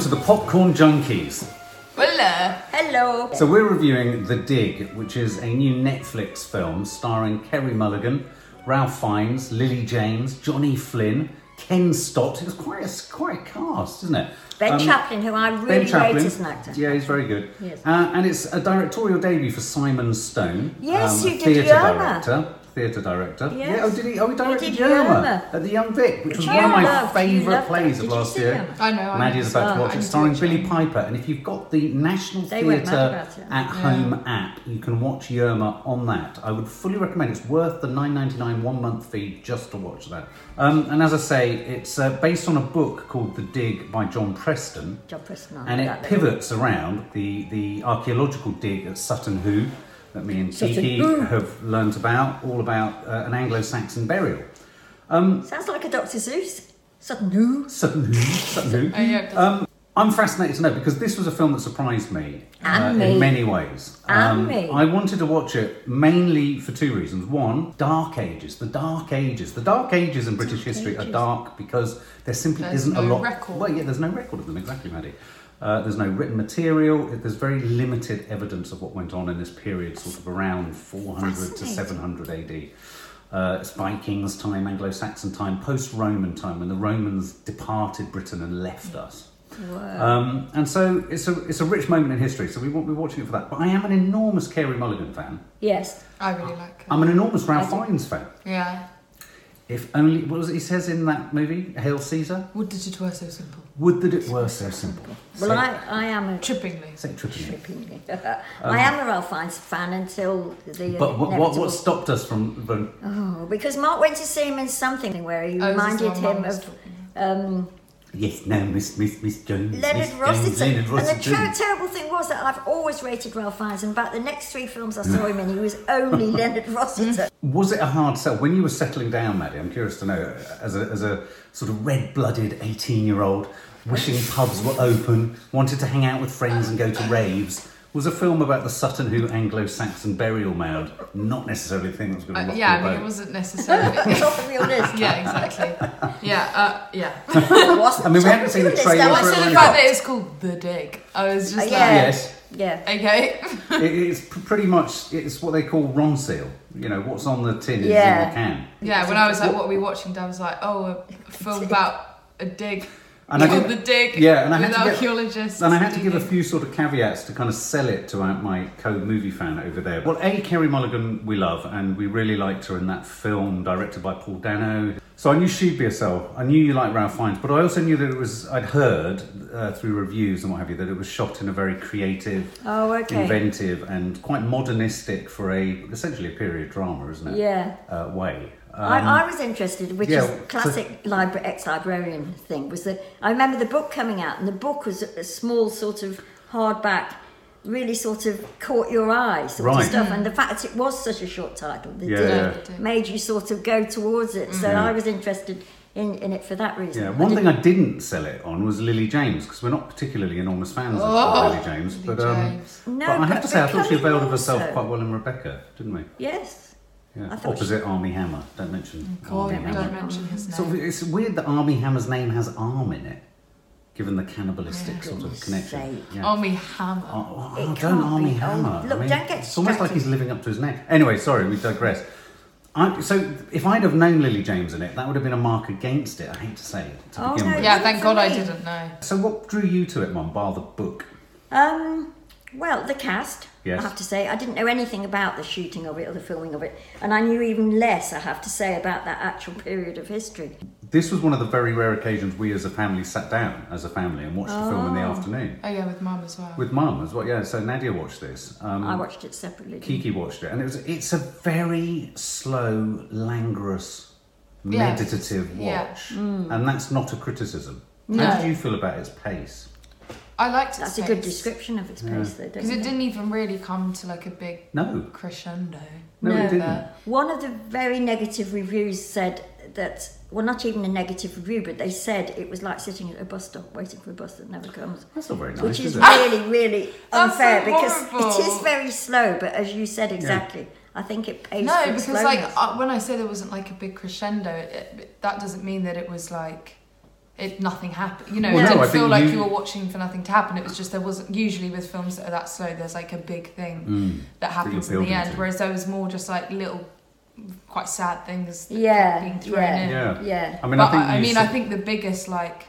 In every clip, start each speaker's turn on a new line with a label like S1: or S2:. S1: to the Popcorn Junkies.
S2: Hello.
S3: uh, Hello.
S1: So we're reviewing The Dig, which is a new Netflix film starring Kerry Mulligan, Ralph Fiennes, Lily James, Johnny Flynn, Ken Stott. It's quite a quite a cast, isn't it?
S3: Ben
S1: Um,
S3: Chaplin, who I
S1: Ben
S3: really rate
S1: Chaplin.
S3: as an actor.
S1: Yeah, he's very good.
S3: Yes.
S1: Uh, and it's a directorial debut for Simon Stone.
S3: Yes,
S1: um,
S3: you did
S1: theatre
S3: Yerma.
S1: director. Theatre director.
S3: Yes.
S1: Yeah, oh, did he? Oh, he directed
S3: did
S1: Yerma
S3: Yerma.
S1: at the Young Vic, which was
S3: Which
S1: one of my
S3: I loved. You
S1: favourite
S3: loved
S1: plays
S3: it.
S1: of
S3: Did you
S1: last
S3: see
S1: year.
S3: Yerma?
S2: I know. I
S1: Maddie is
S2: missed
S1: about
S2: that.
S1: to watch
S2: I
S1: it,
S2: need to
S1: starring
S2: watch
S1: Billy
S2: it.
S1: Piper. And if you've got the National
S3: They went mad
S1: Theatre
S3: about it.
S1: at Home app, you can watch Yerma on that. I would fully recommend. It's worth the 9.99 one month fee just to watch that. Um, and as I say, it's uh, based on a book called The Dig by John Preston,
S3: John Preston. I
S1: and
S3: like
S1: it
S3: that
S1: pivots around the the archaeological dig at Sutton Hoo that me and
S3: Sutton
S1: Kiki
S3: Hoo.
S1: have learnt about, all about uh, an Anglo-Saxon burial.
S3: little- Sounds like a Dr. Zeus. Sudden new.
S1: Sutton Hoo, Sutton Hoo.
S2: Oh, yeah, it does.
S1: Um, I'm fascinated to know because this was a film that surprised me, uh,
S3: And
S1: in
S3: me.
S1: many ways. Um,
S3: And me.
S1: I wanted to watch it mainly for two reasons. One, Dark Ages. The Dark Ages. The Dark Ages in British history are
S3: Ages.
S1: dark because there simply
S2: There's
S1: isn't a
S2: no
S1: lot.
S2: record.
S1: Well, yeah, there's no record of them exactly, Maddie. Uh, there's no written material. There's very limited evidence of what went on in this period, sort of around 400 to
S3: Fascinating.
S1: 700 AD. Uh, it's Vikings time, Anglo-Saxon time, post-Roman time, when the Romans departed Britain and left us. Um, and so it's a it's a rich moment in history. So we won't be watching it for that. But I am an enormous Kerry Mulligan fan.
S3: Yes.
S2: I really like it.
S1: I'm an enormous Ralph
S3: I do.
S1: Fiennes fan.
S2: yeah.
S1: If only what was it he says in that movie, Hail Caesar?
S2: What did it were so simple?
S1: Would that it were so simple.
S3: Well,
S1: Say-
S3: I, I am a
S2: Trippingly.
S1: say it trippingly.
S3: tripping. I am a Ralph Fiennes fan until the.
S1: Um, But what, what
S3: inevitable-
S1: what stopped us from, from
S3: Oh, because Mark went to see him in something where he
S2: Oh, is this the
S3: reminded
S2: one Mum
S3: him
S2: was
S3: of
S2: talking about?
S3: um,
S1: yes no Miss Miss Miss Jones Miss
S3: Leonard
S1: Jones,
S3: Rossiter.
S1: Leonard
S3: And the
S1: Rossiter.
S3: ter- terrible thing was that I've always rated Ralph Fiennes, and about the next three films I saw him in, he was only Leonard Rossiter.
S1: Was it a hard sell when you were settling down, Maddie? I'm curious to know, as a, as a sort of red-blooded 18-year-old, wishing pubs were open, wanted to hang out with friends and go to raves. Was a film about the Sutton Hoo Anglo-Saxon burial mound not necessarily the thing that was going to
S2: Uh,
S1: rock your
S2: yeah, I mean, it
S1: boat?
S2: wasn't necessarily.
S3: Top of your list.
S2: yeah, exactly. Yeah, uh, yeah.
S3: Wasn't
S1: I mean, we
S3: top
S1: haven't
S3: of
S1: seen
S3: your
S1: the
S3: list,
S1: trailer
S3: that
S1: for
S2: Well,
S3: was-
S2: so
S1: it.
S2: the
S1: really
S2: fact
S1: got-
S2: that it's called The Dig, I was
S1: Uh,
S2: just
S3: Yeah.
S1: Ah, Yes,
S3: Yeah.
S2: like, okay.
S1: it, it's p- pretty much it's what they call Ron Seal. You know, what's on the tin is in
S3: Yeah.
S1: the can.
S2: Yeah, when I was like, what are we watching? Dad was like, oh, a film about a dig.
S1: And I
S2: Called
S1: did-
S2: The Dig
S1: yeah, and I had
S2: with
S1: to get-
S2: archaeologists.
S1: And I had to give a few sort of caveats to kind of sell it to my- my co-movie fan over there. Well, A, Kerry Mulligan we love, and we really liked her in that film directed by Paul Dano. So I knew she'd be a sell. I knew you liked Ralph Fiennes, but I also knew that it was, I'd heard uh, through reviews and what have you, that it was shot in a very creative,
S3: Oh, okay.
S1: inventive, and quite modernistic for a, essentially a period drama, isn't it?
S3: Yeah.
S1: Uh, way.
S3: I, I was interested, which
S1: yeah,
S3: is classic libra- ex-librarian thing, was that I remember the book coming out, and the book was a, a small sort of hardback, really sort of caught your eye sort
S1: Right.
S3: of stuff, and the fact it was such a short title, the
S1: Yeah,
S3: deal,
S1: yeah.
S2: Yeah.
S3: made you sort of go towards it. So
S1: Yeah.
S3: I was interested in, in it for that reason.
S1: Yeah,
S3: I
S1: one
S3: didn't-
S1: thing I didn't sell it on was Lily James because we're not particularly enormous fans of-
S2: Oh,
S1: of Lily James,
S2: Lily
S1: but um,
S2: James.
S3: No,
S1: but I have
S3: but
S1: to say I thought she
S3: Becoming
S1: availed of herself
S3: also.
S1: quite well in Rebecca, didn't we?
S3: Yes.
S1: Yeah.
S3: I thought Mm,
S1: Opposite Army Hammer. Don't mention
S2: God,
S1: Army
S2: don't
S1: Hammer.
S2: mention his name.
S1: Sort of- it's weird that Army Hammer's name has arm in it, given the cannibalistic sort of
S3: Goodness
S1: connection.
S3: sake.
S1: Yeah.
S2: Army Hammer.
S1: Oh,
S3: It
S1: oh, don't
S3: can't
S1: army
S3: be. Oh,
S1: hammer.
S3: look, don't get
S1: It's almost like
S3: distracted.
S1: he's living up to his name. Anyway, sorry, we digress. I, so, if I'd have known Lily James in it, that would have been a mark against it. I hate to say it to
S3: Oh,
S1: begin
S3: no,
S1: with.
S2: yeah,
S3: Good
S2: thank
S3: for
S2: God I
S3: me.
S2: didn't know.
S1: So, what drew you to it, Mum, bar the book?
S3: Um, well, the cast.
S1: Yes.
S3: I have to say, I didn't know anything about the shooting of it or the filming of it, and I knew even less, I have to say, about that actual period of history.
S1: This was one of the very rare occasions we as a family sat down as a family and watched the film in the afternoon.
S2: Oh yeah, with Mum as well.
S1: With Mum as well, yeah. So, Nadia watched this. Um,
S3: I watched it separately.
S1: Kiki watched it, and it was, it's a very slow, languorous,
S2: Yeah.
S1: meditative
S2: Yeah. Mm.
S1: watch. And that's not a criticism. How
S2: No.
S1: did you feel about its pace?
S2: I liked it.
S3: That's a good description of its place, though.
S2: because
S3: Don't
S2: it
S3: you?
S2: didn't even really come to like a big
S1: No.
S2: crescendo.
S1: No, it
S3: No,
S1: didn't.
S2: but-
S3: One of the very negative reviews said that, well, not even a negative review, but they said it was like sitting at a bus stop waiting for a bus that never comes.
S1: That's not very nice,
S3: Which
S1: is
S3: is
S1: it?
S3: really, really
S2: That's so
S3: unfair because it
S2: horrible.
S3: is very slow, but as you said exactly, I think it pays
S2: No,
S3: for its
S2: because like
S3: slowness.
S2: uh, when I say there wasn't like a big crescendo, it, it, that doesn't mean that it was like it nothing happened. You know,
S1: Well,
S2: it
S1: no,
S2: didn't
S1: I
S2: feel
S1: think
S2: like
S1: you-
S2: you... were watching for nothing to happen. It was just there wasn't usually with films that are that slow. There's like a big thing
S1: Mm.
S2: that happens in the
S1: building
S2: end,
S1: to.
S2: whereas there was more just like little, quite sad things. that
S3: Yeah,
S2: being thrown
S3: yeah.
S2: in.
S1: Yeah.
S3: Yeah.
S1: I mean,
S2: but
S1: I think.
S2: I, I
S1: you
S2: mean,
S1: said-
S2: I think the biggest like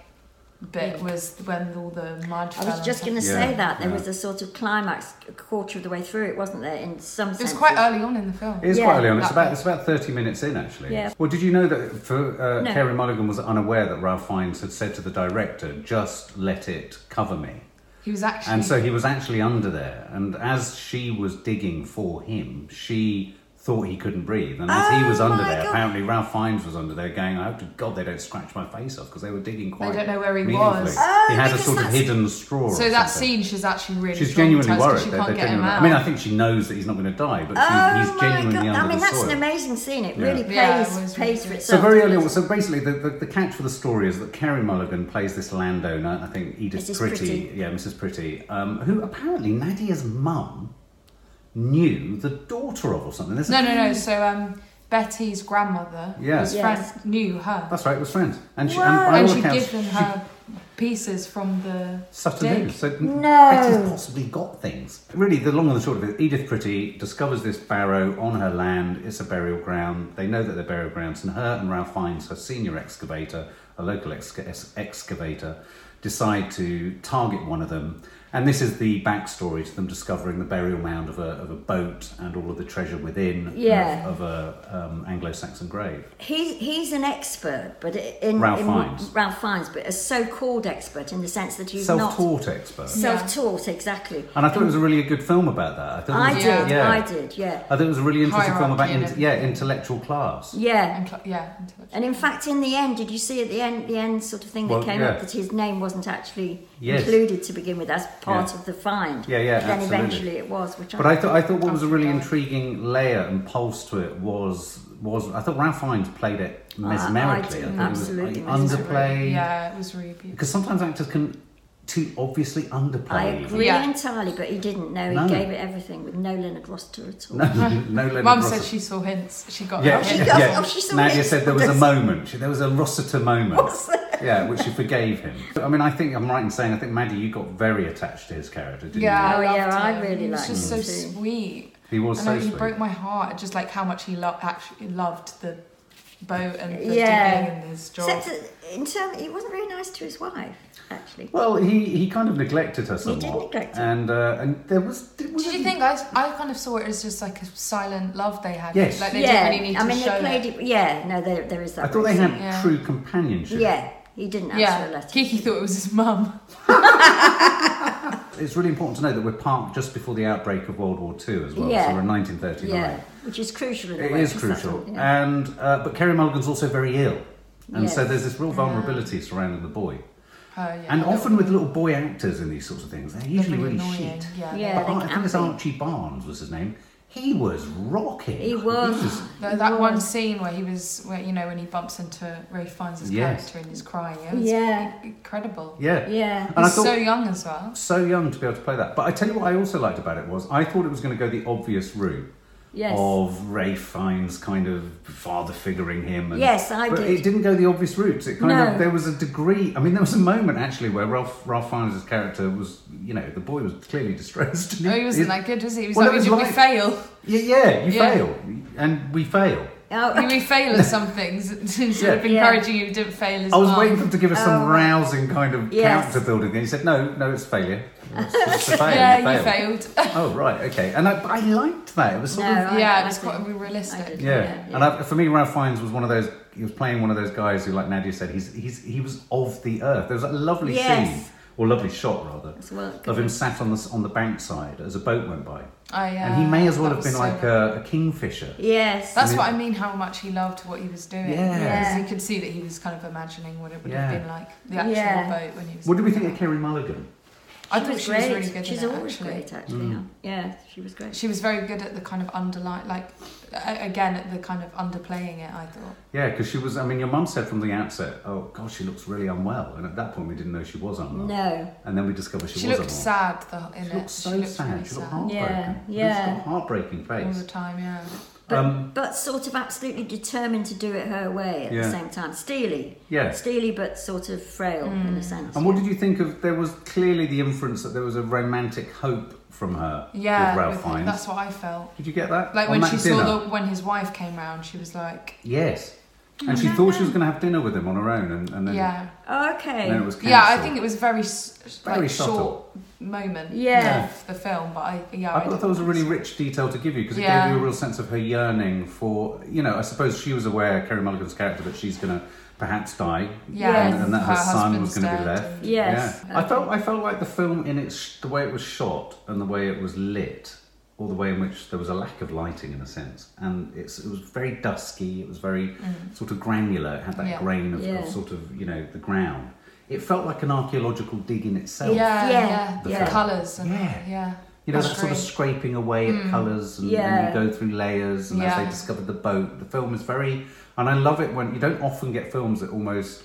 S2: bit was when all the mud.
S3: Mm. I was just going to
S1: Yeah,
S3: say that there
S1: yeah.
S3: was a sort of climax a quarter of the way through it, wasn't there? In some
S2: It was
S3: senses.
S2: quite early on in the film.
S1: It is
S3: Yeah,
S1: quite early on. It's
S2: that
S1: about
S2: bit.
S1: it's about thirty minutes in actually.
S3: Yeah.
S1: Well, did you know that for uh,
S3: No.
S1: Kerry Mulligan was unaware that Ralph Fiennes had said to the director, "Just let it cover me,"
S2: He was actually.
S1: and so he was actually under there. And as she was digging for him, she thought he couldn't breathe. And as he
S3: Oh
S1: was under
S3: my
S1: there,
S3: God.
S1: apparently Ralph Fiennes was under there, going, "I hope to God they don't scratch my face off because they were digging quite."
S2: don't know where he
S1: meaningfully."
S2: was.
S3: Oh,
S1: he had a
S3: because
S1: sort of
S3: that's-
S1: hidden straw. or
S2: so that
S1: something.
S2: scene, she's actually really.
S1: She's genuinely
S2: traumatised 'cause
S1: worried.
S2: She
S1: that
S2: can't
S1: they're
S2: get him
S1: genuinely-
S2: out.
S1: I mean, I think she knows that he's not going to die, but she,
S3: Oh
S1: he's
S3: my
S1: genuinely
S3: God.
S1: under
S3: I mean,
S1: the
S3: that's
S1: soil.
S3: an amazing scene. It
S1: Yeah.
S3: really
S2: Yeah, it
S3: pays
S2: was really
S3: pays for
S2: good.
S3: itself.
S1: So very early.
S3: doesn't
S1: on-
S3: it?
S1: So basically, the, the, the catch for the story is that Carrie Mulligan plays this landowner. I think Edith
S3: Mrs.
S1: Pretty,
S3: Pretty.
S1: yeah, Mrs. Pretty, um, who apparently Nadia's mum knew the daughter of or something. There's a-
S2: No, no, no. So um, Betty's grandmother
S1: Yeah.
S2: was
S3: Yes.
S2: friend, knew her,
S1: That's right. It was friends, and she, and
S3: Wow.
S1: by
S2: and
S1: all
S2: she'd
S1: accounts,
S2: given
S1: she-
S2: her pieces from the
S1: Sutton
S2: dig.
S1: Hoo. So
S3: No.
S1: Betty's possibly got things. Really, the long and the short of it, Edith Pretty discovers this barrow on her land. It's a burial ground. They know that they're burial grounds, and her and Ralph Fiennes, her senior excavator, a local exca- ex- excavator, decide to target one of them. And this is the backstory to them discovering the burial mound of a, of a boat and all of the treasure within
S3: Yeah.
S1: of, of a um, Anglo-Saxon grave.
S3: He, he's an expert, but in
S1: Ralph
S3: in,
S1: Fiennes.
S3: Ralph Fiennes, but a so-called expert in the sense that he's not
S1: Self-taught expert.
S3: self-taught exactly.
S1: And I thought it was a really good film about that. I, thought
S3: I
S1: it was,
S3: did,
S1: yeah.
S3: I did, yeah,
S1: I think it was a really interesting film about
S2: Hierarchy and
S1: in, yeah intellectual class.
S3: yeah.
S2: And cl- yeah, intellectual.
S3: And in fact, in the end, did you see at the end the end sort of thing
S1: Well,
S3: that came
S1: yeah.
S3: up that his name wasn't actually
S1: Yes.
S3: included to begin with as part
S1: Yeah.
S3: of the find?
S1: Yeah, yeah,
S3: But then
S1: absolutely.
S3: eventually it was, which
S1: But
S3: I,
S1: I thought I thought what was a really
S2: Yeah.
S1: intriguing layer and pulse to it was was I thought Ralph Fiennes played it
S3: I- I
S1: mesmerically.
S3: do,
S1: I, thought
S3: absolutely
S1: it was like, underplayed
S2: Yeah, it was really beautiful.
S1: because sometimes actors can too obviously underplay.
S3: I agree
S2: Yeah.
S3: entirely, but he didn't. No, he
S1: No.
S3: gave it everything with no Leonard Rossiter at all.
S1: No, no Leonard
S2: Mum said
S1: Rossiter.
S2: she saw hints. She got
S1: Yeah,
S2: that
S3: she
S2: hint.
S3: got-
S1: yeah.
S3: oh, she saw
S1: Nadia
S3: it.
S1: said there was a moment. She- There was a Rossiter moment. Yeah, which she forgave him. I mean, I think I'm right in saying I think Maddie, you got very attached to his character, didn't
S2: Yeah,
S3: Oh,
S2: I
S3: yeah,
S2: loved
S3: I
S2: him.
S3: really
S2: He was
S3: liked
S2: just
S3: him
S2: so
S3: too.
S2: sweet.
S1: you? He was
S2: and
S1: so
S2: I, he
S1: sweet.
S2: broke my heart. Just like how much he lo- actually loved the boat and the
S3: Yeah.
S2: digging and his job.
S3: Except that in term, he wasn't very nice to his wife, actually.
S1: Well, he, he kind of neglected her somewhat.
S3: did neglect her.
S1: And, uh, and there was... Did, was
S2: Did
S1: it-
S2: you think I? I kind of saw it as just like a silent love they had.
S1: Yes.
S2: Like they didn't
S3: yeah,
S2: really need
S3: I
S2: to
S3: mean,
S2: show
S3: they played
S2: it.
S3: it. Yeah, no, there, there is that.
S1: I thought they
S3: reason.
S1: had
S2: Yeah.
S1: true companionship.
S3: Yeah, he didn't answer a
S2: Yeah,
S3: letter.
S2: Kiki thought it was his mum.
S1: It's really important to know that we're parked just before the outbreak of World War Two as well.
S3: Yeah.
S1: So we're in 1939.
S3: yeah, which is crucial. In a
S1: It
S3: way,
S1: is
S3: 'cause that's
S1: crucial.
S3: all- yeah.
S1: And uh, But Kerry Mulligan's also very ill. And so
S3: Yes.
S1: there's this real vulnerability surrounding the boy.
S2: Oh, yeah,
S1: And
S2: that
S1: often
S2: was-
S1: with little boy actors in these sorts of things, they're
S2: they're
S1: usually really
S2: annoying.
S1: shit.
S2: Yeah.
S3: Yeah.
S1: But
S3: they
S1: Ar- I think it's
S3: can be.
S1: Archie Barnes was his name. He was rocking.
S3: He was.
S2: That, that one scene where he was, where you know, when he bumps into Ray finds his
S1: Yes.
S2: character and he's crying.
S1: Uh,
S2: It was
S3: Yeah.
S2: incredible.
S1: Yeah.
S3: Yeah.
S1: And I
S2: he's
S1: thought,
S2: so young as well.
S1: so young to be able to play that. But I tell you what I also liked about it was I thought it was going to go the obvious route
S3: Yes.
S1: of Ray Fiennes kind of father figuring him. And,
S3: Yes, I
S1: but
S3: did.
S1: it didn't go the obvious route. It kind of
S3: No.
S1: there was a degree. I mean, there was a moment actually where Ralph Ralph Fiennes' character was, you know, the boy was clearly distressed.
S2: No, Oh, he wasn't
S1: He-
S2: that good, was he? He was
S1: Well,
S2: like,
S1: it was
S2: we, did
S1: like-
S2: we fail.
S1: yeah, yeah, you
S2: Yeah.
S1: fail, and we fail.
S3: Oh,
S2: We- we fail at some things instead of
S1: Yeah.
S2: encouraging you, didn't fail as
S1: I was
S2: well.
S1: waiting for him to give us some
S3: Oh.
S1: rousing kind of
S3: Yes.
S1: character building thing. He said, "No, no, it's failure. It's, it's a fail.
S2: yeah,
S1: you fail."
S2: you failed.
S1: Oh right, okay. And I, but I liked that. It was sort
S3: No,
S1: of
S3: I-
S2: yeah,
S3: I
S2: it was
S3: did.
S2: quite
S3: I did.
S2: realistic.
S1: Yeah.
S3: Yeah,
S1: and I, for me, Ralph Fiennes was one of those. He was playing one of those guys who, like Nadia said, he's he's he was of the earth. There was a lovely
S3: Yes.
S1: scene, or lovely shot rather,
S3: As well,
S1: of him sat on the on the bank side as a boat went by,
S2: I, uh,
S1: and he may as well
S2: that
S1: have
S2: was
S1: been
S2: so
S1: like a, a kingfisher.
S3: yes.
S1: I
S2: That's
S1: mean-
S2: what I mean. How much he loved what he was doing.
S1: Yeah.
S3: Yeah.
S2: Because you could see that he was kind of imagining what it would
S1: Yeah.
S2: have been like the actual
S3: Yeah.
S2: boat when he was.
S1: What do we think of Kerry Mulligan?
S2: I thought she was
S3: great.
S2: really good.
S3: She's
S2: in it,
S3: always
S2: actually.
S3: great, actually.
S1: Mm.
S3: Yeah, she was great.
S2: She was very good at the kind of underline, like a- again at the kind of underplaying it. I thought.
S1: Yeah, because she was. I mean, your mum said from the outset, "Oh God, she looks really unwell," and at that point we didn't know she was unwell.
S3: No.
S1: And then we discovered she,
S2: She
S1: was
S2: looked
S1: unwell.
S2: sad the, in
S1: She
S2: it.
S1: looked so
S2: she looked
S1: sad.
S2: really
S1: she looked
S2: sad all
S1: heartbroken.
S3: Yeah,
S1: She
S3: yeah.
S1: got a heartbreaking
S2: the
S1: face.
S2: time. Yeah.
S3: But,
S1: Um,
S3: but sort of absolutely determined to do it her way at
S1: Yeah.
S3: the same time. Steely.
S1: Yeah.
S3: Steely, but sort of frail in a sense.
S1: And what did you think of? There was clearly the inference that there was a romantic hope from her
S2: Yeah,
S1: with Ralph
S2: with-
S1: Fiennes.
S2: that's what I felt.
S1: Did you get that?
S2: Like
S1: On
S2: when
S1: that
S2: she
S1: dinner?
S2: saw the, when his wife came round, she was like,
S1: Yes. And she thought she was going to have dinner with him on her own, and, and then
S2: yeah,
S3: Oh, okay.
S1: and then it was cancelled.
S2: yeah. I think it was very s-
S1: Very
S2: like
S1: subtle.
S2: short moment
S3: Yeah.
S2: of the film, but I yeah.
S1: I thought that was a
S2: didn't-
S1: really rich detail to give you because it
S2: Yeah.
S1: gave you a real sense of her yearning for, you know, I suppose she was aware, Kerry Mulligan's character, that she's going to perhaps die.
S2: yeah,
S3: and-
S1: and that her son was
S2: husband's
S1: gonna be
S2: dead
S1: left.
S2: and-
S3: Yes.
S1: I felt I felt like the film in its the way it was shot and the way it was lit, or the way in which there was a lack of lighting in a sense, and it's, it was very dusky. It was very sort of granular. It had that
S2: Mm. Yeah.
S1: grain of,
S3: Yeah.
S1: of sort of you know the ground. It felt like an archaeological dig in itself.
S2: Yeah,
S3: Yeah.
S2: yeah,
S1: The
S2: the
S1: film.
S2: colours and
S1: Yeah.
S2: yeah,
S1: You know,
S2: That's
S1: that sort of
S2: great. Mm.
S1: scraping away at colours and,
S3: Yeah.
S1: and you go through layers and as
S2: Yeah.
S1: they discover the boat. The film is very and I love it when you don't often get films that almost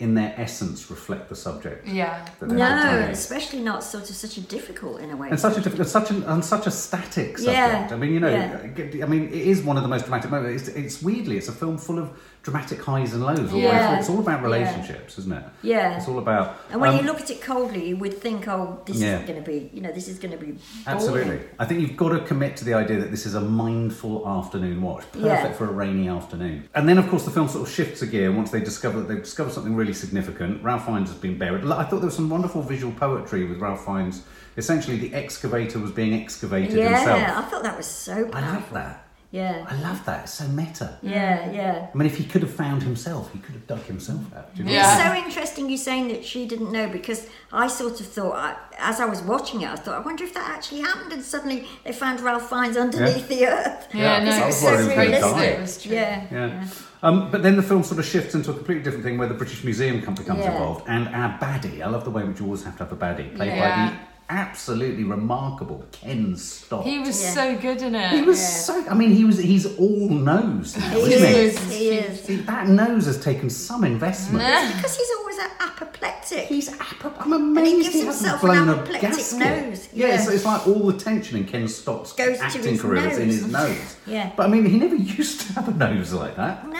S1: in their essence reflect the subject.
S2: yeah,
S1: that they're
S3: No,
S1: portraying.
S3: especially not sort of such a difficult in a way.
S1: And such a difficult, such an, and such a static subject.
S3: Yeah,
S1: I mean, you know, uh,
S3: yeah.
S1: I mean, it is one of the most dramatic moments. It's, it's weirdly, it's a film full of dramatic highs and lows. all the way
S3: Yeah.
S1: through. it's all about
S3: Yeah.
S1: relationships, isn't it?
S3: Yeah.
S1: It's all about.
S3: And when
S1: um,
S3: you look at it coldly, you would think, oh, this
S1: Yeah.
S3: is going to be, you know, this is going to be. boring.
S1: Absolutely. I think you've got to commit to the idea that this is a mindful afternoon watch, perfect
S3: Yeah.
S1: for a rainy afternoon. And then, of course, the film sort of shifts a gear once they discover that they've discovered something really significant. Ralph Fiennes has been buried. I thought there was some wonderful visual poetry with Ralph Fiennes. Essentially, the excavator was being excavated
S3: Yeah,
S1: himself.
S3: I thought that was so
S1: I love
S3: powerful.
S1: that.
S3: Yeah.
S1: I love that. It's so meta.
S3: Yeah, yeah.
S1: I mean, if he could have found himself, he could have dug himself out. Do you know
S2: Yeah.
S1: what I mean?
S3: It's so interesting you saying that she didn't know because I sort of thought, I, as I was watching it, I thought, I wonder if that actually happened. And suddenly they found Ralph Fiennes underneath the earth.
S1: Yeah,
S2: yeah.
S1: because
S2: No,
S1: I was
S2: it was so
S1: worried he was gonna
S2: realistic.
S1: die.
S2: It was true.
S3: Yeah.
S1: Yeah. Um, but then the film sort of shifts into a completely different thing where the British Museum com- becomes
S3: Yeah.
S1: involved and our baddie. I love the way in which you always have to have a baddie played
S2: Yeah.
S1: by the absolutely remarkable Ken Stott.
S2: He was
S3: Yeah.
S2: so good in it.
S1: He was
S3: Yeah.
S1: so. I mean, he was. He's all nose now,
S3: He
S1: isn't he?
S2: is.
S3: is. He is.
S1: See, that nose has taken some investment.
S3: It's because he's always a- apoplectic.
S1: He's ap- I'm amazed
S3: gives
S1: he, hasn't
S3: himself
S1: blown
S3: an
S1: a
S3: apoplectic
S1: gasket.
S3: nose,
S1: Yeah,
S3: yeah.
S1: So it's like all the tension in Ken Stott's
S3: Goes to
S1: acting
S3: his
S1: career is in
S3: nose.
S1: his nose.
S3: Yeah.
S1: But I mean, he never used to have a nose like that.
S3: No,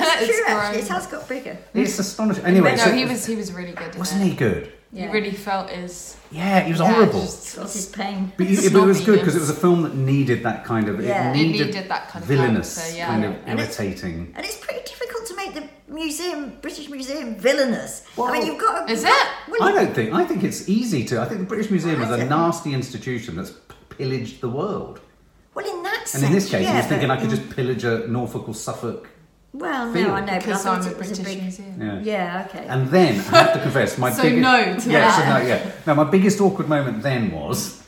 S3: that's
S2: It's
S3: true, actually. It
S2: grown.
S3: has got bigger.
S1: It's astonishing. Anyway,
S2: no,
S1: so
S2: he was he was really good. In
S1: wasn't
S2: it.
S1: he good?
S3: Yeah.
S2: He really felt his.
S1: Yeah, he was
S2: yeah,
S1: horrible.
S2: just sort
S3: This is
S2: of-
S3: pain.
S1: but it, but it was good
S2: snobbiness.
S1: because it was a film that needed that kind of.
S3: Yeah.
S1: It
S3: It
S1: needed,
S2: needed that kind of
S1: villainous,
S2: character, yeah.
S1: kind of
S3: And it's-
S1: irritating.
S3: And it's pretty difficult to make the museum, British Museum, villainous. I mean,
S1: Well-
S3: you've got. to-
S2: Is it?
S3: Well,
S1: I don't think. I think it's easy to. I think the British Museum is
S3: Has
S1: a
S3: it?
S1: nasty institution that's p- pillaged the world.
S3: well, in that
S1: And
S3: sense.
S1: in this case,
S3: yeah,
S1: he was thinking
S3: but
S1: I could
S3: in-
S1: just pillage a Norfolk or Suffolk
S3: Well, no,
S1: feel.
S3: I know,
S2: Because
S3: but I
S2: I'm
S3: thought
S2: a
S3: it was
S2: British
S3: a big.
S2: museum.
S1: Yeah.
S3: Yeah, okay.
S1: And then I have to confess, my
S2: So
S1: biggest
S2: no to
S1: yeah, so
S2: that.
S1: no, yeah. Now my biggest awkward moment then was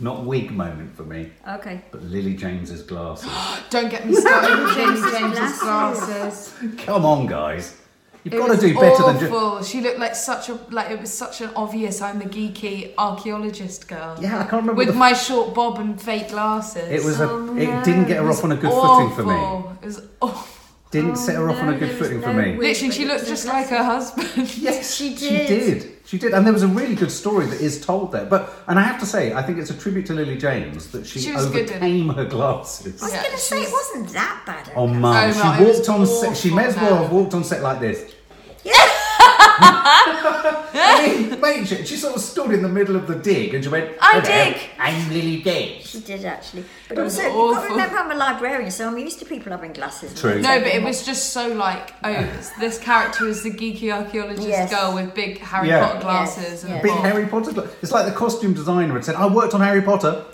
S1: not wig moment for me,
S3: okay.
S1: but Lily James's glasses.
S2: Don't get me started with James
S3: Glasses.
S2: James's glasses.
S1: Come on, guys, you've
S2: It
S1: got to
S2: was
S1: do better
S2: awful.
S1: than just.
S2: She looked like such a like it was such an obvious. I'm the geeky archaeologist girl.
S1: Yeah, I can't remember.
S2: With
S1: the-
S2: my short bob and fake glasses.
S1: it was a.
S3: Oh,
S1: It
S3: no,
S1: didn't get her
S2: It
S1: off
S2: was
S1: on a good
S2: awful.
S1: footing for me.
S2: It was awful.
S1: Didn't
S3: Oh,
S1: set her off on a
S3: no,
S1: good
S3: there was
S1: footing for
S3: no
S1: me.
S3: wig.
S2: Literally, she
S3: but
S2: looked
S3: it's
S2: just
S3: a
S2: like her husband.
S1: Yes,
S3: She
S1: She
S3: did.
S1: did. She did, and there was a really good story that is told there. But and I have to say, I think it's a tribute to Lily James that she,
S2: She was good at it.
S1: overcame her glasses.
S3: I was
S2: Yeah,
S3: going to say it
S2: she's-
S3: wasn't that bad.
S1: Oh
S3: okay.
S1: man,
S2: Oh,
S1: she
S2: right, it was
S1: walked on set. She
S2: awful,
S1: may as well
S2: man.
S1: have walked on set like this.
S3: Yeah.
S1: I mean, mate, she, she sort of stood in the middle of the dig and she went,
S2: I
S1: "Hello,
S2: dig."
S1: I'm Lily James."
S3: She did actually, but
S2: It was
S3: also you've got to
S2: awful.
S3: remember I'm a librarian, so I'm used to people having glasses.
S1: True.
S2: No, but it was just so like, oh, it's- this character is the geeky archaeologist
S3: Yes.
S2: girl with big Harry
S1: Yeah.
S2: Potter glasses
S3: Yes,
S2: and
S3: yes.
S2: a
S1: Big
S2: bob.
S1: Harry Potter. gla- It's like the costume designer had said, "I worked on Harry Potter."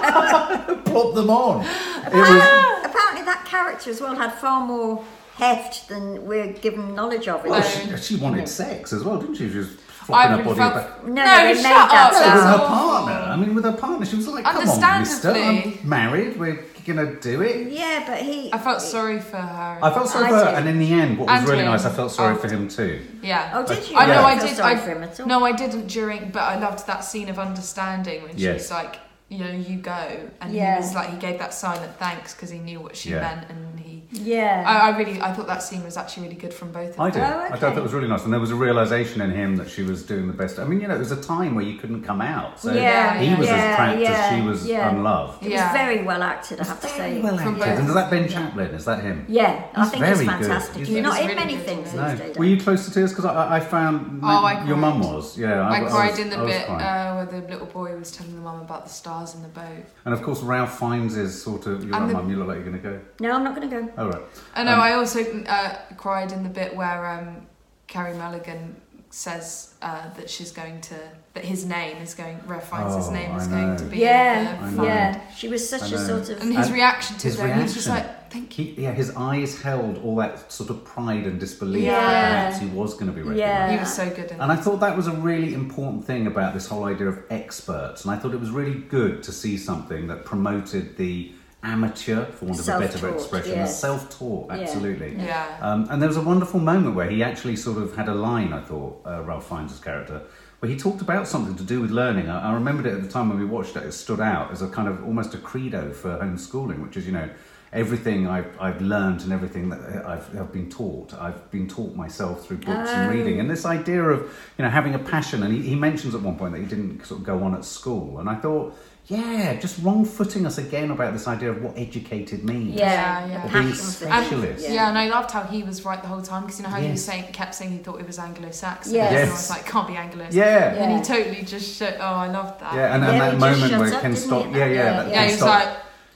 S1: Plop them on. It was.
S2: Ah!
S3: Apparently, that character as well had far more heft than we're given knowledge of. in
S1: Well,
S3: the-
S1: Oh, she, she wanted sex as well, didn't she? She was
S2: I
S1: flopping her
S2: would
S1: body
S2: felt,
S1: back.
S3: No,
S2: no,
S3: they made
S2: shut
S3: that
S2: up.
S1: With
S3: up.
S2: that's
S1: her
S2: awful.
S1: partner. I mean, with her partner, she was like, "Come on, Mister,
S2: Understandably.
S1: I'm married. We're gonna do it."
S3: yeah, but he.
S2: I felt sorry for her.
S1: I felt sorry
S3: I
S1: for her,
S3: did.
S1: and in the end, what was
S2: And
S1: really
S2: him.
S1: nice, I felt sorry
S2: Oh.
S1: for him too.
S2: yeah.
S3: Oh, did you?
S2: I know
S1: Yeah.
S2: I
S3: felt
S2: did.
S3: sorry
S2: I,
S3: for him at all.
S2: No, I didn't during, but I loved that scene of understanding when
S1: Yes.
S2: she was like, you know, you go, and
S3: Yeah.
S2: he was like, he gave that silent thanks because he knew what she
S1: Yeah.
S2: meant, and he
S3: Yeah.
S2: I, I really, I thought that scene was actually really good from both of
S1: I
S2: them.
S1: did.
S3: Oh,
S1: I
S3: okay.
S1: thought that was really nice, and there was a realization in him that she was doing the best. I mean, you know, it was a time where you couldn't come out, so
S3: yeah.
S1: he was
S3: yeah,
S1: as cracked
S3: yeah,
S1: as she was
S3: yeah.
S1: unloved.
S3: It
S2: Yeah.
S3: was very well acted, I have to say.
S1: Well
S2: From
S1: acted.
S2: both.
S1: And is that Ben Chaplin? Is that him?
S3: Yeah, I
S1: He's
S3: think it's
S1: very good.
S3: fantastic.
S1: He's
S3: He's, not
S2: very
S3: in
S2: good.
S3: many
S2: He's
S3: things
S2: really
S3: these
S1: No.
S3: days.
S1: Were you close to tears? Because I, I- I found
S2: Oh, I
S1: your
S2: cried.
S1: mum was. Yeah,
S2: I,
S1: was-
S2: cried in the
S1: I was
S2: bit
S1: crying.
S2: uh, where the little boy was telling the mum about the stars in the boat.
S1: and of course, Ralph finds his sort of. You're
S2: And
S1: right,
S2: the-
S1: mum. You look like you're going to go.
S3: No, I'm not going to go.
S1: All right.
S2: I know.
S1: Um,
S2: I also uh, cried in the bit where um, Carrie Mulligan says uh, that she's going to that his name is going. Rev finds his
S1: Oh,
S2: name
S1: I
S2: is
S1: know.
S2: going to be.
S3: Yeah,
S2: the
S1: I know.
S2: fund.
S3: yeah. She was such
S1: I
S3: a
S1: know.
S3: sort of.
S2: And his
S1: And
S2: reaction to
S1: his
S2: that, he was just
S1: reaction.
S2: like, "Thank you."
S1: He, yeah, his eyes held all that sort of pride and disbelief
S3: Yeah.
S1: that perhaps he was going to be recognised.
S3: Yeah.
S2: He was so good in
S1: And I
S2: that.
S1: thought that was a really important thing about this whole idea of experts. And I thought it was really good to see something that promoted the amateur, for want of a better
S3: Self-taught,
S1: expression, the
S3: yes.
S1: self taught,
S3: Yeah.
S1: absolutely.
S2: Yeah.
S1: Um, and there was a wonderful moment where he actually sort of had a line, I thought, uh, Ralph Fiennes' character, where he talked about something to do with learning. I, I remembered it at the time when we watched it, it stood out as a kind of almost a credo for homeschooling, which is, you know, everything I've, I've learned and everything that uh, I've, I've been taught, I've been taught myself through books and reading. And this idea of, you know, having a passion, and he, he mentions at one point that he didn't sort of go on at school. And I thought, yeah, just wrong footing us again about this idea of what educated means.
S3: Yeah,
S2: Yeah, yeah. Being
S3: a passion for
S2: And-
S1: specialist.
S2: yeah. and I loved how he was right the whole time because you know how he
S1: Yes.
S2: was saying, kept saying he thought it was Anglo-Saxon.
S3: Yes.
S2: And I
S1: Yes.
S2: was like, "Can't be Anglo-Saxon."
S1: Yeah.
S2: And he totally just showed. Oh, I loved that.
S1: Yeah, and,
S3: Yeah,
S1: and that
S3: he just
S1: moment
S3: shuts
S1: where
S3: up,
S1: Ken
S3: doesn't
S1: Stop,
S3: he?
S1: yeah, yeah,
S3: Yeah,
S1: that
S3: yeah.
S2: Yeah,
S1: Ken
S2: he was
S1: Stop,
S2: like,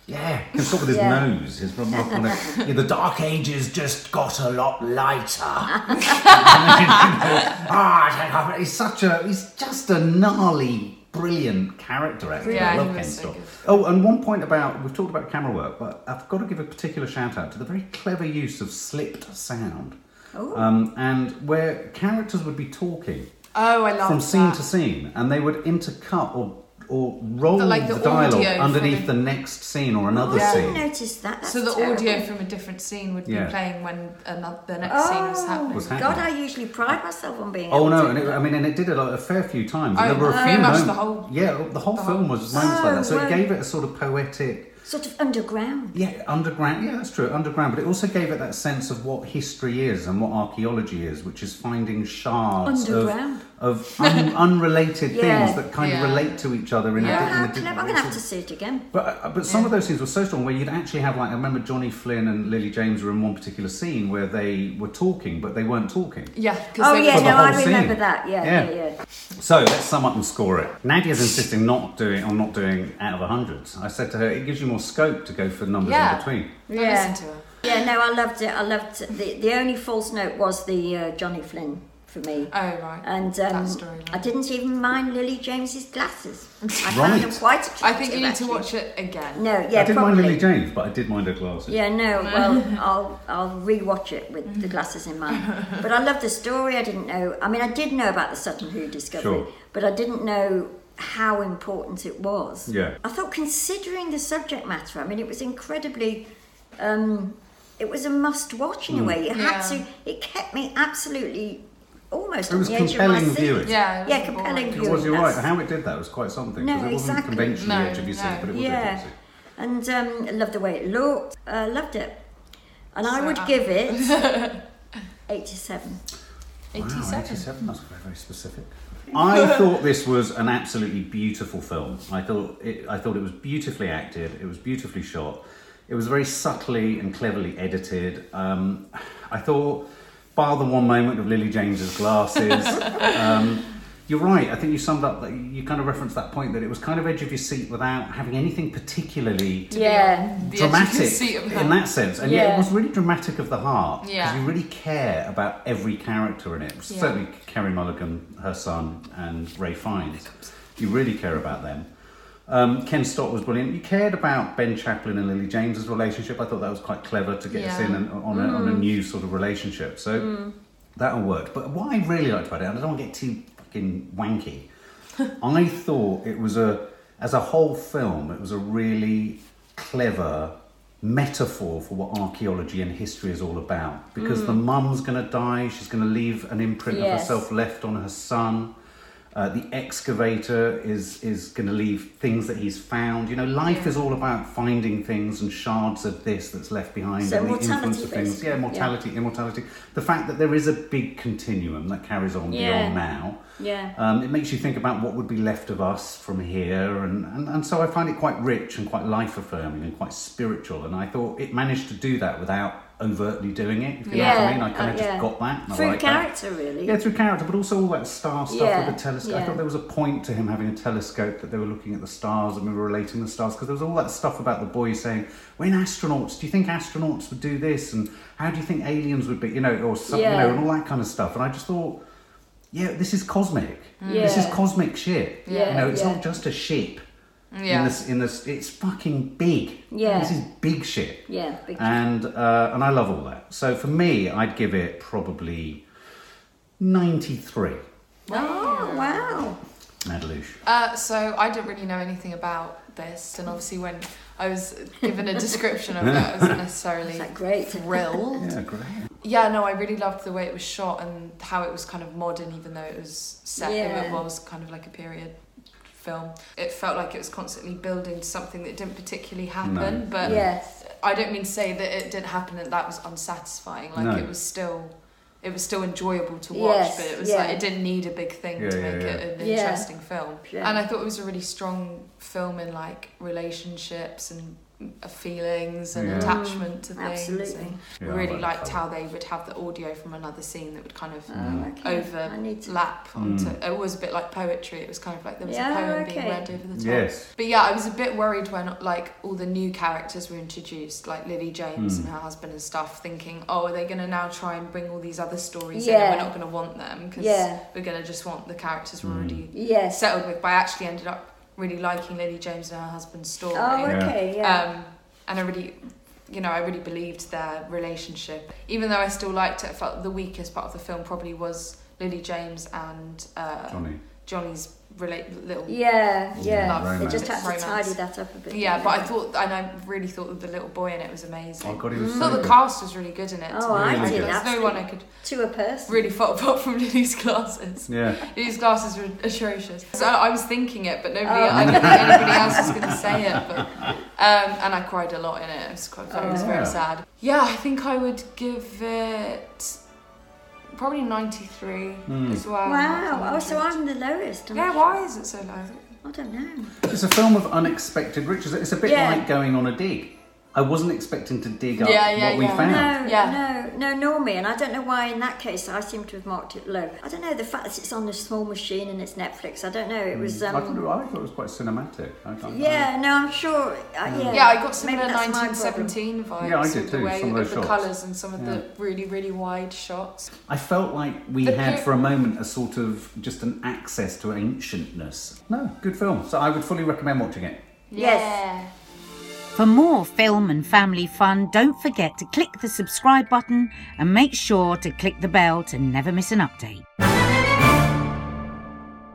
S1: yeah, Ken Stop with his
S3: Yeah.
S1: nose, his rub- rub- kind of, yeah, the Dark Ages just got a lot lighter. ah, he's such a, he's just a gnarly, brilliant character actor.
S2: Yeah,
S1: I
S2: he
S1: love
S2: was
S1: Ken
S2: so
S1: Stop.
S2: good.
S1: Oh, and one point about we've talked about camera work, but I've got to give a particular shout out to the very clever use of slipped sound. Um, and where characters would be talking
S2: "Oh, I love
S1: from
S2: that."
S1: scene to scene, and they would intercut or or roll
S2: The,
S1: the,
S2: like, the
S1: dialogue
S2: audio from
S1: underneath
S2: the-
S1: the next scene or another
S3: I didn't
S1: scene
S3: notice that. That's
S2: so the
S3: terrible.
S2: audio from a different scene would be
S1: Yeah.
S2: playing when another, the next
S3: Oh,
S2: scene was happening.
S1: was
S3: God, I
S1: happening.
S3: usually pride myself on being.
S1: Oh
S3: able
S1: no!
S3: to
S1: And it, I mean, and it did it like, a fair few times. And
S2: Oh,
S1: there were a
S2: pretty
S1: few
S2: much
S1: moments.
S2: the whole-
S1: yeah, the whole
S2: the
S1: film
S2: whole-
S1: was moments like that. So
S3: Oh,
S1: it
S3: wow.
S1: gave it a sort of poetic,
S3: sort of underground.
S1: yeah, underground. Yeah, that's true, underground. But it also gave it that sense of what history is and what archaeology is, which is finding shards of,
S3: Underground.
S1: of un, unrelated
S3: Yeah.
S1: things that kind
S2: Yeah.
S1: of relate to each other in,
S3: Oh,
S1: a, di- in
S3: how
S1: a
S3: clever!
S1: different
S3: I'm going
S1: way.
S3: to
S1: So-
S3: have to see it again.
S1: But but some of those scenes were so strong where you'd actually have like I remember Johnny Flynn and Lily James were in one particular scene where they were talking but they weren't talking.
S2: Yeah, 'cause
S3: Oh
S2: they were
S3: yeah,
S1: for the
S3: no,
S1: whole
S3: I
S1: scene.
S3: remember that. Yeah,
S1: Yeah.
S3: yeah, yeah.
S1: So let's sum up and score it. Nadia's insisting not doing on not doing out of hundreds. I said to her it gives you more scope to go for numbers
S2: Yeah.
S1: in between.
S2: Don't
S3: Yeah.
S2: listen to her.
S3: Yeah, no, I loved it. I loved it. the the only false note was the uh, Johnny Flynn for me.
S2: Oh right.
S3: And
S2: that
S3: um,
S2: story.
S3: I didn't even mind Lily James's glasses. I
S1: Right.
S3: found them quite attractive.
S2: I think you need
S3: actually.
S2: to watch it again.
S3: No, yeah,
S1: I didn't
S3: probably.
S1: mind Lily James, but I did mind her glasses.
S3: Yeah, no. Well, I'll I'll rewatch it with the glasses in mind. But I love the story. I didn't know. I mean, I did know about the Sutton Hoo discovery,
S1: Sure.
S3: but I didn't know how important it was.
S1: Yeah.
S3: I thought, considering the subject matter, I mean, it was incredibly. Um, it was a must-watch
S1: Mm.
S3: in a way. It had
S2: Yeah.
S3: to. It kept me absolutely, almost
S1: It
S3: on
S1: was
S3: the edge of my
S1: compelling
S3: seat.
S1: viewing.
S2: Yeah. it
S3: Yeah,
S2: wasn't
S3: compelling
S2: boring.
S1: It was you're right.
S3: That's-
S1: How it did that was quite something
S3: No,
S1: because it wasn't
S3: exactly.
S1: conventionally
S2: No,
S1: edge of your seat,
S2: no.
S1: but it was edge of your
S3: Yeah,
S1: seat.
S3: and um, I loved the way it looked. Uh, loved it, and I
S2: So
S3: would
S2: up.
S3: give it eighty-seven.
S1: Wow,
S2: 87.
S1: 87, that's very, very specific. I thought this was an absolutely beautiful film. I thought it, I thought it was beautifully acted. It was beautifully shot. It was very subtly and cleverly edited. Um, I thought, bar the one moment of Lily James's glasses. um, you're right. I think you summed up that you kind of referenced that point that it was kind of edge of your seat without having anything particularly
S3: Yeah.
S2: The edge of your
S1: dramatic
S2: seat of
S1: in that sense, and yet it
S3: Yeah.
S1: was really dramatic of the heart because
S2: Yeah.
S1: you really care about every character in it. Certainly, Kerry Mulligan, her son, and Ray Fiennes. You really care about them. Um, Ken Stott was brilliant. You cared about Ben Chaplin and Lily James's relationship. I thought that was quite clever to get us
S2: Yeah. Mm.
S1: in and, on, a, on a new sort of relationship. So that all worked. But what I really liked about it, and I don't want to get too fucking wanky, I thought it was a, as a whole film, it was a really clever metaphor for what archaeology and history is all about. Because the mum's going to die, she's going to leave an imprint of
S3: Mm. Yes.
S1: herself left on her son. Uh, the excavator is is going to leave things that he's found. You know, life
S2: Yeah.
S1: is all about finding things and shards of this that's left behind
S3: So
S1: and the
S3: mortality,
S1: influence of things.
S3: basically,
S1: Yeah,
S3: yeah.
S1: mortality, immortality. The fact that there is a big continuum that carries on
S3: Yeah.
S1: beyond now.
S3: Yeah.
S1: Um, it makes you think about what would be left of us from here, and, and, and so I find it quite rich and quite life affirming and quite spiritual. And I thought it managed to do that without overtly doing it. If you know what I
S3: Yeah,
S1: mean, I kind
S3: uh,
S1: of just
S3: yeah.
S1: got that. And
S3: Through
S1: I like that.
S3: character, really.
S1: Yeah, through character, but also all that star stuff
S3: Yeah,
S1: with the telescope. I
S3: yeah.
S1: thought there was a point to him having a telescope that they were looking at the stars and we were relating the stars because there was all that stuff about the boy saying, "When astronauts, do you think astronauts would do this? And how do you think aliens would be? You know, or something,
S3: Yeah.
S1: you know, and all that kind of stuff." And I just thought, yeah, this is cosmic. This is
S3: Yeah.
S1: cosmic shit.
S3: Yeah,
S1: you know, it's
S3: yeah.
S1: not just a ship.
S2: Yeah.
S1: In this, in this, it's fucking big.
S3: Yeah.
S1: This is big shit
S3: Yeah, big
S1: and uh, and I love all that. So for me, I'd give it probably ninety three.
S3: Oh, wow.
S1: Madelouche.
S2: Uh, so I didn't really know anything about this, and obviously when I was given a description of it, I wasn't necessarily
S3: Is that great?
S2: thrilled.
S1: Yeah, great.
S2: Yeah, no, I really loved the way it was shot and how it was kind of modern, even though it was set in
S3: Yeah.
S2: what was kind of like a period film. It felt like it was constantly building to something that didn't particularly happen,
S1: No.
S2: but
S3: Yes.
S2: I don't mean to say that it didn't happen and that was unsatisfying. Like
S1: No.
S2: it was still, it was still enjoyable to watch,
S3: Yes,
S2: but it was
S3: yeah.
S2: like it didn't need a big thing
S1: Yeah,
S2: to
S1: yeah,
S2: make
S1: yeah.
S2: it an
S3: Yeah.
S2: interesting film.
S3: Yeah.
S2: And I thought it was a really strong film in like relationships and uh, feelings and
S1: Yeah.
S2: attachment to things.
S3: Mm. Absolutely.
S2: And
S1: Yeah, I
S2: really
S1: like
S2: liked
S1: that.
S2: how they would have the audio from another scene that would kind
S1: Mm.
S2: of
S3: Oh, okay. I need to.
S2: overlap onto. It was a bit like poetry. It was kind of like there was
S3: Yeah,
S2: a poem being
S3: okay.
S2: read over the top.
S1: Yes.
S2: But yeah, I was a bit worried when like all the new characters were introduced, like Lily James
S1: Hmm.
S2: and her husband and stuff, thinking, oh, are they going to now try and bring all these other stories in? And
S3: Yeah.
S2: we're not going to want them because
S3: Yeah.
S2: we're going to just want the characters we're
S1: Hmm.
S2: already
S3: Yes.
S2: settled with. But I actually ended up really liking Lily James and her husband's story.
S3: Oh, okay. Yeah.
S2: Um, and I really, you know, I really believed their relationship. Even though I still liked it, I felt the weakest part of the film probably was Lily James and uh,
S1: Johnny.
S2: Johnny's relate little
S3: yeah. Yeah.
S1: Love
S3: They just
S1: romance.
S3: had to
S2: Um, Romance.
S3: tidy that up a bit.
S2: Yeah, but I thought, and I really thought that the little boy in it was amazing.
S1: Oh god, he was
S2: I
S1: so
S2: thought the
S1: good.
S2: cast was really good in it. to be
S3: Oh,
S1: I
S2: honest.
S1: did,
S2: There's no one I could
S3: to a person.
S2: really fault apart from Lily's glasses.
S1: Yeah.
S2: Lily's glasses were atrocious. So I was thinking it, but nobody, I don't think anybody else was going to say it. But, um, and I cried a lot in it. It was, quite, it was
S1: Oh.
S2: very
S1: Yeah.
S2: sad. Yeah, I think I would give it probably 93
S1: Hmm.
S2: as well.
S3: Wow. Oh, so I'm the lowest. I'm-
S2: Yeah, why is it so low?
S3: I don't know.
S1: It's a film of unexpected riches. It's a bit
S3: Yeah.
S1: like going on a dig. I wasn't expecting to dig up
S2: Yeah, yeah,
S1: what we
S2: yeah.
S1: found.
S3: No,
S2: Yeah.
S3: no, no, nor me. And I don't know why in that case I seem to have marked it low. I don't know, the fact that it's on a small machine and it's Netflix, I don't know. It was.
S1: Hmm, I,
S3: Um,
S1: thought, it- I thought it was quite cinematic. I can't-
S3: Yeah, no, I'm sure. Uh, yeah,
S2: Yeah, I got some
S3: Maybe
S2: of the
S3: that's my problem.
S2: 1917 vibes.
S1: Yeah, I did
S2: with The
S1: too,
S2: way
S1: some of
S2: of
S1: those
S2: the
S1: shots.
S2: colours and some of the really, really wide shots.
S1: I felt like we
S2: The
S1: had
S2: pe-
S1: for a moment a sort of just an access to ancientness. No, good film. So I would fully recommend watching it.
S3: Yes.
S2: Yeah.
S4: For more film and family fun, don't forget to click the subscribe button and make sure to click the bell to never miss an update.